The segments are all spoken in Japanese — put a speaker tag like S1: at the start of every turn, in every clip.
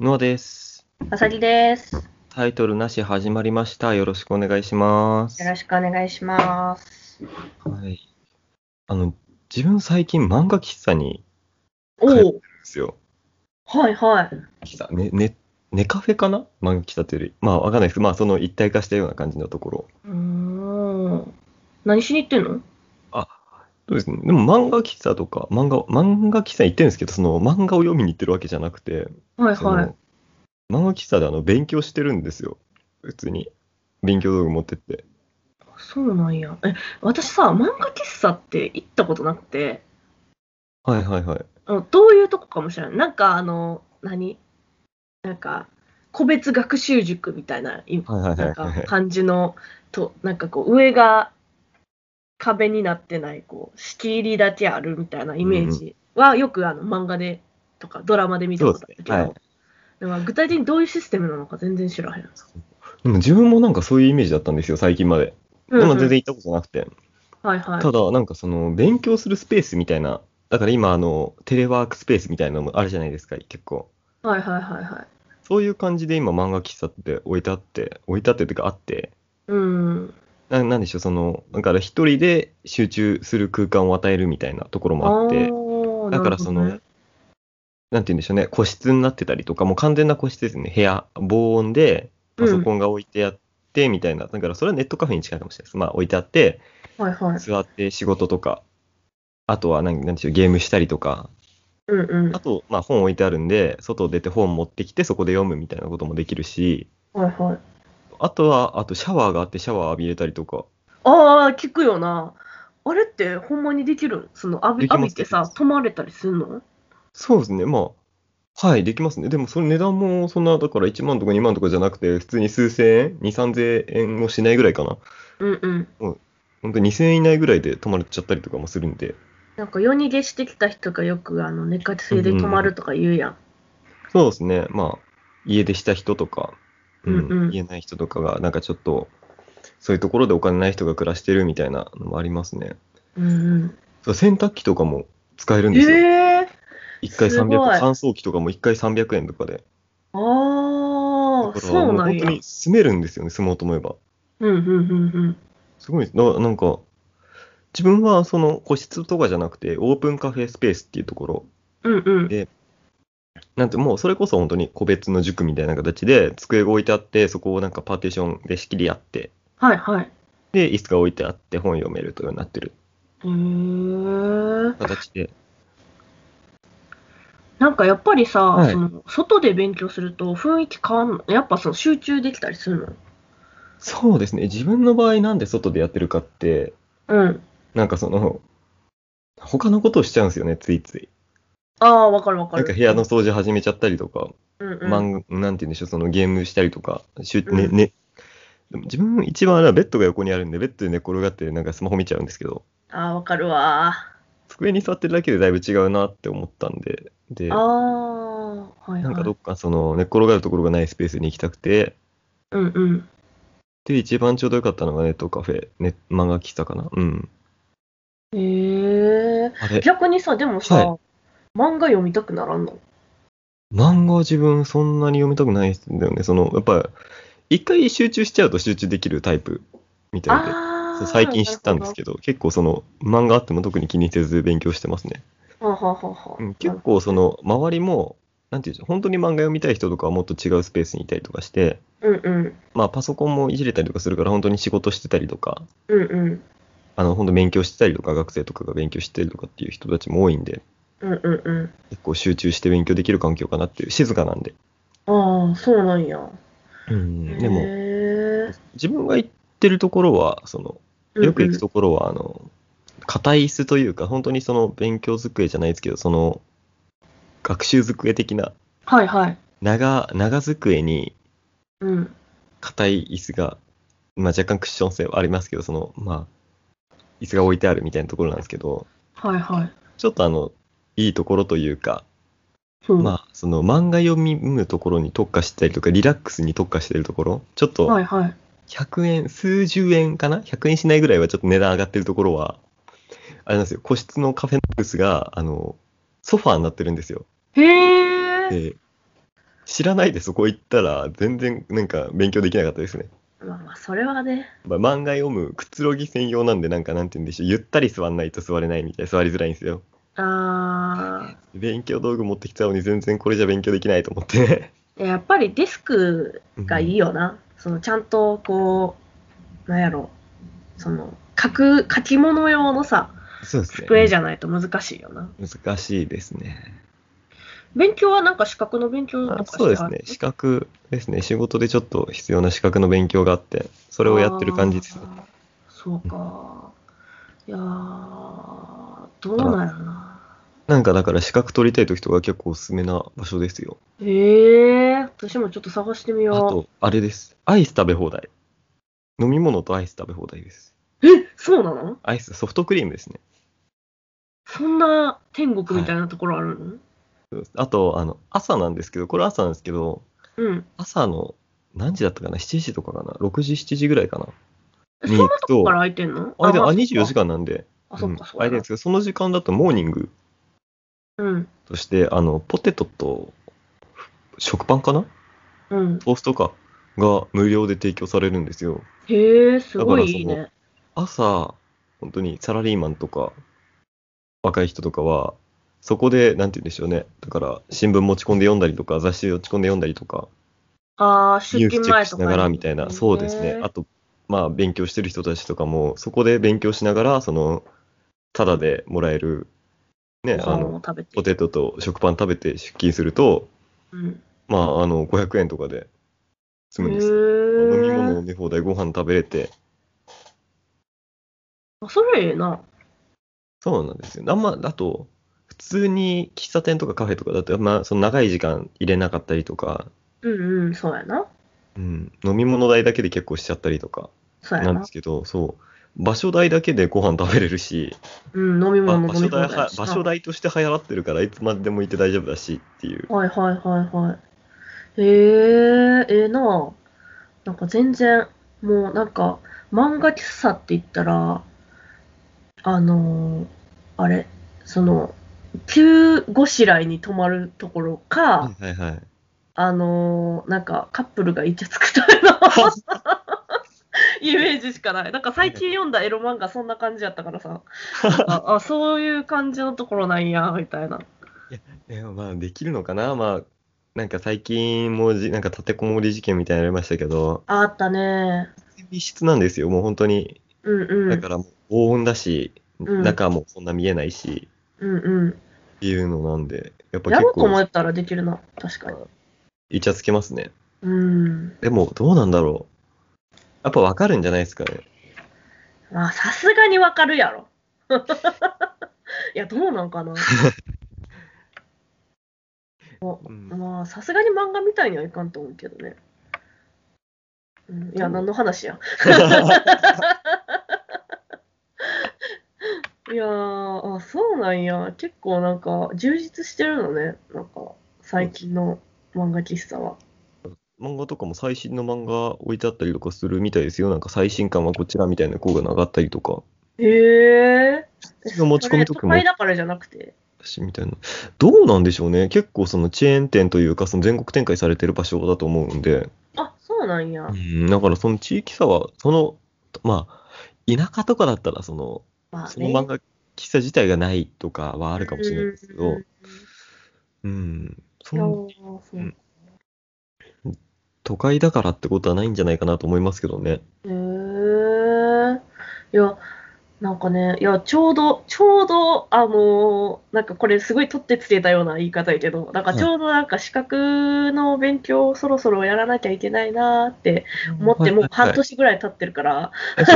S1: のです。
S2: あさぎです。よ
S1: タイトルなし始まりました。よろしくお願いします。
S2: ろしくお願いします。
S1: はい。あの、自分最近漫画喫茶に
S2: お
S1: はい
S2: お、
S1: 行くんですよ。
S2: はいはい。
S1: 喫茶、ね、ね、ネカフェかな漫画喫茶というより。まあわかんないです。まあその一体化したような感じのところ。
S2: うーん。何しに行ってんの
S1: そうですね。でも漫画喫茶とか、漫画、漫画喫茶行ってるんですけど、その漫画を読みに行ってるわけじゃなくて、
S2: はい
S1: その
S2: はい。
S1: 漫画喫茶であの勉強してるんですよ。普通に。勉強道具持ってって。
S2: そうなんや。え、私さ、漫画喫茶って行ったことなくて、
S1: はいはいはい。
S2: あのどういうとこかもしれない。なんかあの、何なんか、個別学習塾みたいな、い
S1: はいはいはい
S2: なん
S1: はい
S2: か
S1: はい。
S2: 感じの、と、なんかこう、上が壁になってない、こう、仕切りだけあるみたいなイメージは、よくあの漫画でとかドラマで見たことあるけど、
S1: そうです
S2: だから具体的にどういうシステムなのか全然知らへん。
S1: でも自分もなんかそういうイメージだったんですよ、最近まで。で
S2: うんう
S1: も
S2: ん
S1: 全然行ったことなくて。
S2: はいはい。
S1: ただ、なんかその、勉強するスペースみたいな、だから今、あの、テレワークスペースみたいなのもあるじゃないですか、結構。
S2: はいはいはいはい。
S1: そういう感じで今、漫画喫茶って置いてあって、置いてあってというかあって、
S2: うん。
S1: ななんでしょう、その、だから一人で集中する空間を与えるみたいなところもあって、
S2: ー
S1: だからその、
S2: なる
S1: なんて言うんでしょうね、個室になってたりとか、もう完全な個室ですね、部屋、防音で、パソコンが置いてあって、みたいな、だからそれはネットカフェに近いかもしれないです。まあ、置いてあって、
S2: ほどねはいはい。
S1: 座って仕事とか、あとは何、なんでしょう、ゲームしたりとか、
S2: うんうん
S1: あ。と、まあ、本置いてあるんで、外出て本持ってきて、そこで読むみたいなこともできるし、
S2: はいはい。
S1: あとは、あとシャワーがあって、シャワー浴びれたりとか、
S2: ああ、聞くよな。あれってほんまにできるその浴び
S1: できます
S2: 浴びてさ、泊まれたりするの
S1: そうですね、まあ、はい、できますね。でも、その値段も、そんな、だから1万とか2万とかじゃなくて、普通に数千円、2、3千円もしないぐらいかな。
S2: うんうん。
S1: 本当に2000円以内ぐらいで泊まれちゃったりとかもするんで、
S2: なんか夜逃げしてきた人がよくあの寝かせで泊まるとか言うやん。
S1: そうですね、まあ、家出した人とか、うん
S2: うんうん
S1: 家ない人とかが、なんかちょっと、そういうところでお金ない人が暮らしてるみたいなのもありますね。
S2: うん
S1: そう洗濯機とかも使える
S2: うんん、
S1: ですよ。
S2: え
S1: 一回
S2: すご
S1: 300
S2: い
S1: 円、乾燥機とかも一回300円とかで。
S2: ー、ああ、
S1: だから
S2: そう
S1: も
S2: なん
S1: 本
S2: や
S1: 当。に住めるんですよね、住もうと思えば。
S2: うんうんうん
S1: すごいです。ななんか、自分はその個室とかじゃなくて、オープンカフェスペースっていうところ、
S2: うん。うんうん。
S1: なんてもうそれこそ本当に個別の塾みたいな形で、机が置いてあって、そこをなんかパーティションで仕切りあって、
S2: はいはい。
S1: で、椅子が置いてあって本読めるというようになってる
S2: へえー、
S1: 形で。
S2: なんかやっぱりさ、
S1: はい
S2: その外で勉強すると雰囲気変わんのやっぱその集中できたりするの
S1: そうですね。自分の場合なんで外でやってるかって、
S2: うん。
S1: なんかその、他のことをしちゃうんですよね、ついつい。
S2: ああ、わかるわか
S1: なん
S2: る。
S1: か部屋の、掃除始めちゃったりとか、
S2: うんうん、
S1: 漫画なんて言うんでしょう、そのゲームしたりとか、しゅ
S2: うん
S1: ねね、でも自分一番あれはベッドが横にあるんで、ベッドで寝転がってなんかスマホ見ちゃうんですけど、
S2: ああ、わかるわ
S1: 机に座ってるだけでだいぶ違うなって思ったんで、で、
S2: ー。ああ、はいはい。
S1: なんかどっかその寝っ転がるところがないスペースに行きたくて、
S2: うんうん。
S1: で、一番ちょうどよかったのがネットカフェ、ね、漫画喫茶かな。うん。
S2: へえ
S1: あれ
S2: ー。、逆にさ、でもさ、
S1: は
S2: 漫画読みたくならんの
S1: 漫画は自分そんなに読みたくないですんだよね。その、やっぱ、一回集中しちゃうと集中できるタイプみたいで、
S2: あ
S1: そ
S2: あ
S1: う最近知ったんですけど、結構その漫画あっても特に気にせず勉強してますね。
S2: ど。はあはあはあは
S1: う
S2: あ
S1: ん、結構その周りも、なんていうんでしょう、本当に漫画読みたい人とかはもっと違うスペースにいたりとかして、
S2: うんうん。
S1: まあパソコンもいじれたりとかするから本当に仕事してたりとか、
S2: うんうん。
S1: あの本当勉強してたりとか学生とかが勉強してたりとかっていう人たちも多いんで、
S2: うんうん
S1: 結構集中して勉強できる環境かなっていう、静かなんで。
S2: うん。ああ、そうなんや。
S1: うん、でも、
S2: へー
S1: 自分が行ってるところは、その、よく行くところは、あの、硬い椅子というか、本当にその勉強机じゃないですけど、その、学習机的な
S2: うんうんはいはい。
S1: 長、長机に
S2: うん。
S1: 硬い椅子が、まあ若干クッション性はありますけど、その、まあ、椅子が置いてあるみたいなところなんですけど、
S2: はいはい。
S1: ちょっとあの、いいところというか、
S2: うん
S1: まあ、その漫画読みむところに特化したりとか、リラックスに特化してるところ、ちょっと
S2: はいはい。
S1: 100円、数十円かな ?100 円しないぐらいはちょっと値段上がってるところは、あれなんですよ、個室のカフェのブースが、あの、ソファーになってるんですよ。
S2: へえ。
S1: で、知らないでそこ行ったら、全然なんか勉強できなかったですね。
S2: まあまあ、それはね、
S1: まあ、漫画読むくつろぎ専用なんで、なんかなんて言うんでしょう、ゆったり座んないと座れないみたいな、座りづらいんですよ。
S2: あ
S1: 勉強道具持ってきたのに、全然これじゃ勉強できないと思ってね。
S2: ーやっぱりデスクがいいよな。そのちゃんとこう、なんやろ、その書く、書き物用のさ、
S1: そうですね。
S2: 机じゃないと難しいよな。
S1: 難しいですね。
S2: 勉強はなんか資格の勉強
S1: あ
S2: とか
S1: そうです
S2: はる
S1: ね。資格ですね。仕事でちょっと必要な資格の勉強があって、それをやってる感じですね。
S2: あーそうか。いやー、どうなんやろな。
S1: なんかだから資格取りたい時とか結構おすすめな場所ですよ。
S2: えー、私もちょっと探してみ
S1: あ
S2: よ
S1: と、あれです。アイス食べ放題。飲み物とアイス食べ放題です。
S2: う。え、そうなの
S1: アイス、ソフトクリームですね。
S2: そんな天国みたいなところあるの、
S1: あと、あの、朝なんですけど、これ朝なんですけど、
S2: うん。
S1: 朝の何時だったかな ?7 時とかかな ?6 時、7時ぐらいかな
S2: えそ
S1: に
S2: ん
S1: 行
S2: なと
S1: く
S2: ことか、ら空いてんの
S1: あれで、あ、
S2: まそっか
S1: 24時間なんで、
S2: あ、そっ
S1: う
S2: か、
S1: ん
S2: そ
S1: あれ
S2: う
S1: で
S2: だ
S1: すけど、その時間だとモーニング
S2: うん。
S1: として、あの、ポテトと、食パンかな
S2: うん。
S1: トーストかが無料で提供されるんですよ。
S2: へえ、すごいいいね。
S1: 朝、本当にサラリーマンとか、若い人とかは、そこで、なんて言うんでしょうね。だから、新聞持ち込んで読んだりとか、雑誌持ち込んで読んだりとか、
S2: ああ、出
S1: ニュース
S2: 勤
S1: チェッ
S2: 前
S1: クし
S2: とか
S1: な
S2: に。
S1: がらみたいな、そうですね。あと、まあ、勉強してる人たちとかも、そこで勉強しながら、その、タダでもらえる、ね、
S2: ご
S1: あ
S2: 飯を
S1: の、
S2: 食べて。
S1: ポテトと食パン食べて出勤すると、
S2: うん。
S1: まあ、あの、500円とかで済むんですよ。
S2: へ
S1: 飲
S2: え
S1: み物飲み放題、ご飯食べれて、
S2: あそれええな。
S1: そうなんですよ。あんま、あと、普通に喫茶店とかカフェとかだと、まあ、その長い時間入れなかったりとか、
S2: うんうん、そうやな。
S1: うん、飲み物代だけで結構しちゃったりとか
S2: そうや
S1: なん
S2: な
S1: です。けど、そう、場所代だけでご飯食べれるし、
S2: うん、飲み
S1: まあ
S2: 物
S1: 場
S2: 飲み
S1: 所
S2: 放題
S1: 代
S2: や
S1: は、
S2: しな
S1: 場所代として流行ってるから、いつまでもいて大丈夫だしっていう。
S2: はいはいはいはい。へえええなあなんか全然、もうなんか、漫画喫茶って言ったら、あのーあれ、その、急ごしらいに泊まるところ
S1: は
S2: か、
S1: いはいはい。
S2: あのーなんかカップルがイチャつくための イメージしかない。なんか最近読んだエロ漫画そんな感じやったからさ、なんかあ、そういう感じのところなんや、みたいな。
S1: でもまあ、できるのかなまあ、なんか最近もじ、なんか立てこもり事件みたいなのありましたけど、
S2: あったね。
S1: 密室なんですよ、もう本当に。
S2: うんうん。
S1: だからもう防音だし、
S2: うん
S1: 中もそんな見えないし、
S2: うんうん。
S1: っていうのなんで、やっぱ
S2: や
S1: 結
S2: ろうと思
S1: 構、
S2: ったらできるな、確かに。
S1: イチャつけますね。
S2: うん。
S1: でも、どうなんだろう。やっぱ分かるんじゃないですかね。
S2: まあ、さすがにわかるやろ。 いや、どうなん かな。
S1: うん、
S2: まあ、さすがに漫画みたいにはいかんと思うけどね。うん、いや、
S1: うん
S2: 何の 話や。いやーあ、そうなんや。結構なんか、充実してるのね。なんか、最近の漫画喫茶は。
S1: 漫画とかも最新の漫画置いてあったりとかするみたいですよ。なんか最新刊はこちらみたいな効果が上がったりとか。
S2: へえ。
S1: 私の持ち込みと
S2: そ
S1: か
S2: れ都
S1: も
S2: 会だからじゃなくて。
S1: しみたいな。どうなんでしょうね。結構そのチェーン店というか、その全国展開されてる場所だと思うんで。
S2: あ、そうなんや。
S1: うん、だからその地域差は、その、まあ、田舎とかだったら、その、
S2: まあ、ね、
S1: その漫画喫茶自体がないとかはあるかもしれないですけ
S2: うん
S1: ど、うん、そ
S2: いや
S1: の
S2: ーそう
S1: うん都会だからってことはないんじゃないかなと思いますけどね。
S2: へーいや、なんかね、いや、ちょうど、ちょうど、あのーなんかこれすごい取ってつけたような言い方やけど、なんかちょうどなんか資格の勉強をそろそろやらなきゃいけないなーって思って、もう半年ぐらい経ってるから、
S1: はいはい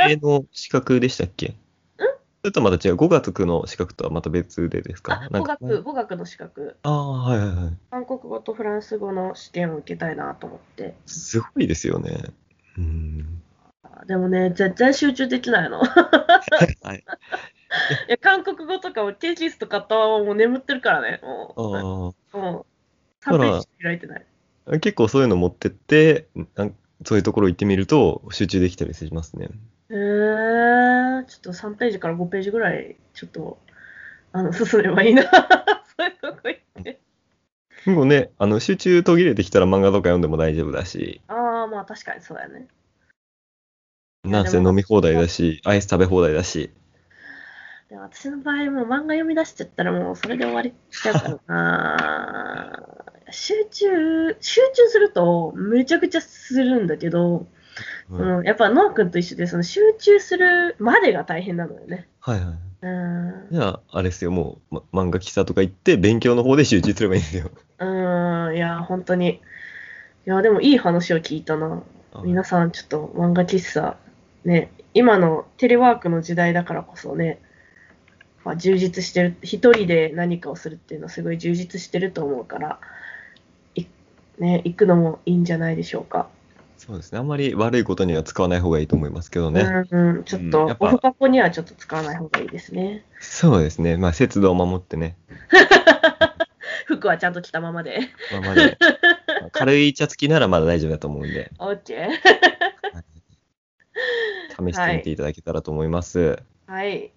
S1: はい。えっと芸能資格でしたっけそれとまた違う、語学の資格とはまた別でですか
S2: あ、
S1: なん
S2: 語
S1: か
S2: 学、語学の資格、
S1: ああ、はいはいはい。
S2: 韓国語とフランス語の試験を受けたいなと思って。
S1: すごいですよね。うん。
S2: あでもね、全然集中でき ないの。
S1: はい、
S2: いや韓国語とかもテキスト買ったままもう眠ってるからね。もう
S1: あ
S2: もう、
S1: だ
S2: 3
S1: か
S2: ペ
S1: ら
S2: ージしか開いてない。
S1: あ結構そういうの持ってって、なんそういうところ行ってみると集中できたりしますね。
S2: へえ、ちょっと3ページから5ページぐ らい、ちょっと、あの、進めばいいな。そういうとこ行って。
S1: もうね、あの、集中途切れてきたら漫画とか読んでも大丈夫だし、
S2: ああ、まあ確かにそうだよね。
S1: なんせ飲み放題だし、アイス食べ放題だし、
S2: でも私の場合、もう漫画読み出しちゃったらもうそれで終わりしちゃうからな。集中、集中するとめちゃくちゃするんだけど、
S1: うんはい
S2: うん、やっぱノア君と一緒でその集中するまでが大変なのよね。
S1: はい。
S2: うん
S1: じゃあ、あれですよ、もう、ま、漫画喫茶とか行って、勉強の方で集中すればいいんですよ。
S2: うん、いや、本当に。いや、でもいい話を聞いたな。 皆さん、ちょっと漫画喫茶、ね、今のテレワークの時代だからこそね、まあ、充実してる、一人で何かをするっていうのはすごい充実してると思うから、いね、行くのもいいんじゃないでしょうか。
S1: そうですね、あんまり悪いことには使わない方がいいと思いますけどね。
S2: うんうん、ちょっ
S1: うんや
S2: と
S1: っ、ぱ
S2: オフ箱にはちょっと使わない方がいいですね。
S1: そうですね、まあ、節度を守ってね、
S2: 服はちゃんと着たままで。
S1: まあ、まだまあ軽いイチャつきならまだ大丈夫だと思うんで、
S2: OK。
S1: 試してみていただけたらと思います。
S2: はい。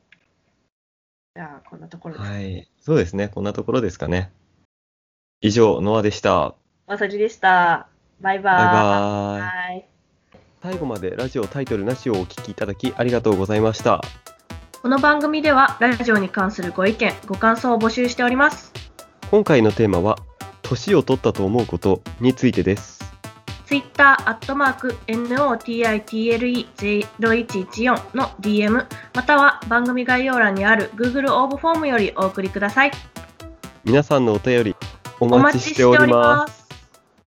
S2: じゃあ、こんなところです。
S1: はい、そうですね、こんなところですかね。以上、ノアでした。
S2: まさきでした。バイバ
S1: バイ
S2: ーイ。
S1: バーイ。
S2: はい。
S1: 最後までラジオタイトルなしをお聞きいただきありがとうございました。
S2: この番組ではラジオに関するご意見、ご感想を募集しております。
S1: 今回のテーマは、年を取ったと思うことについてです。
S2: Twitter、アットマーク、notitle0114 の DM、または番組概要欄にある Google 応募フォームよりお送りください。
S1: 皆さんのお便りお
S2: お
S1: 待
S2: 待
S1: ち
S2: ちし
S1: しててお
S2: お
S1: り
S2: り
S1: ます
S2: ま。す。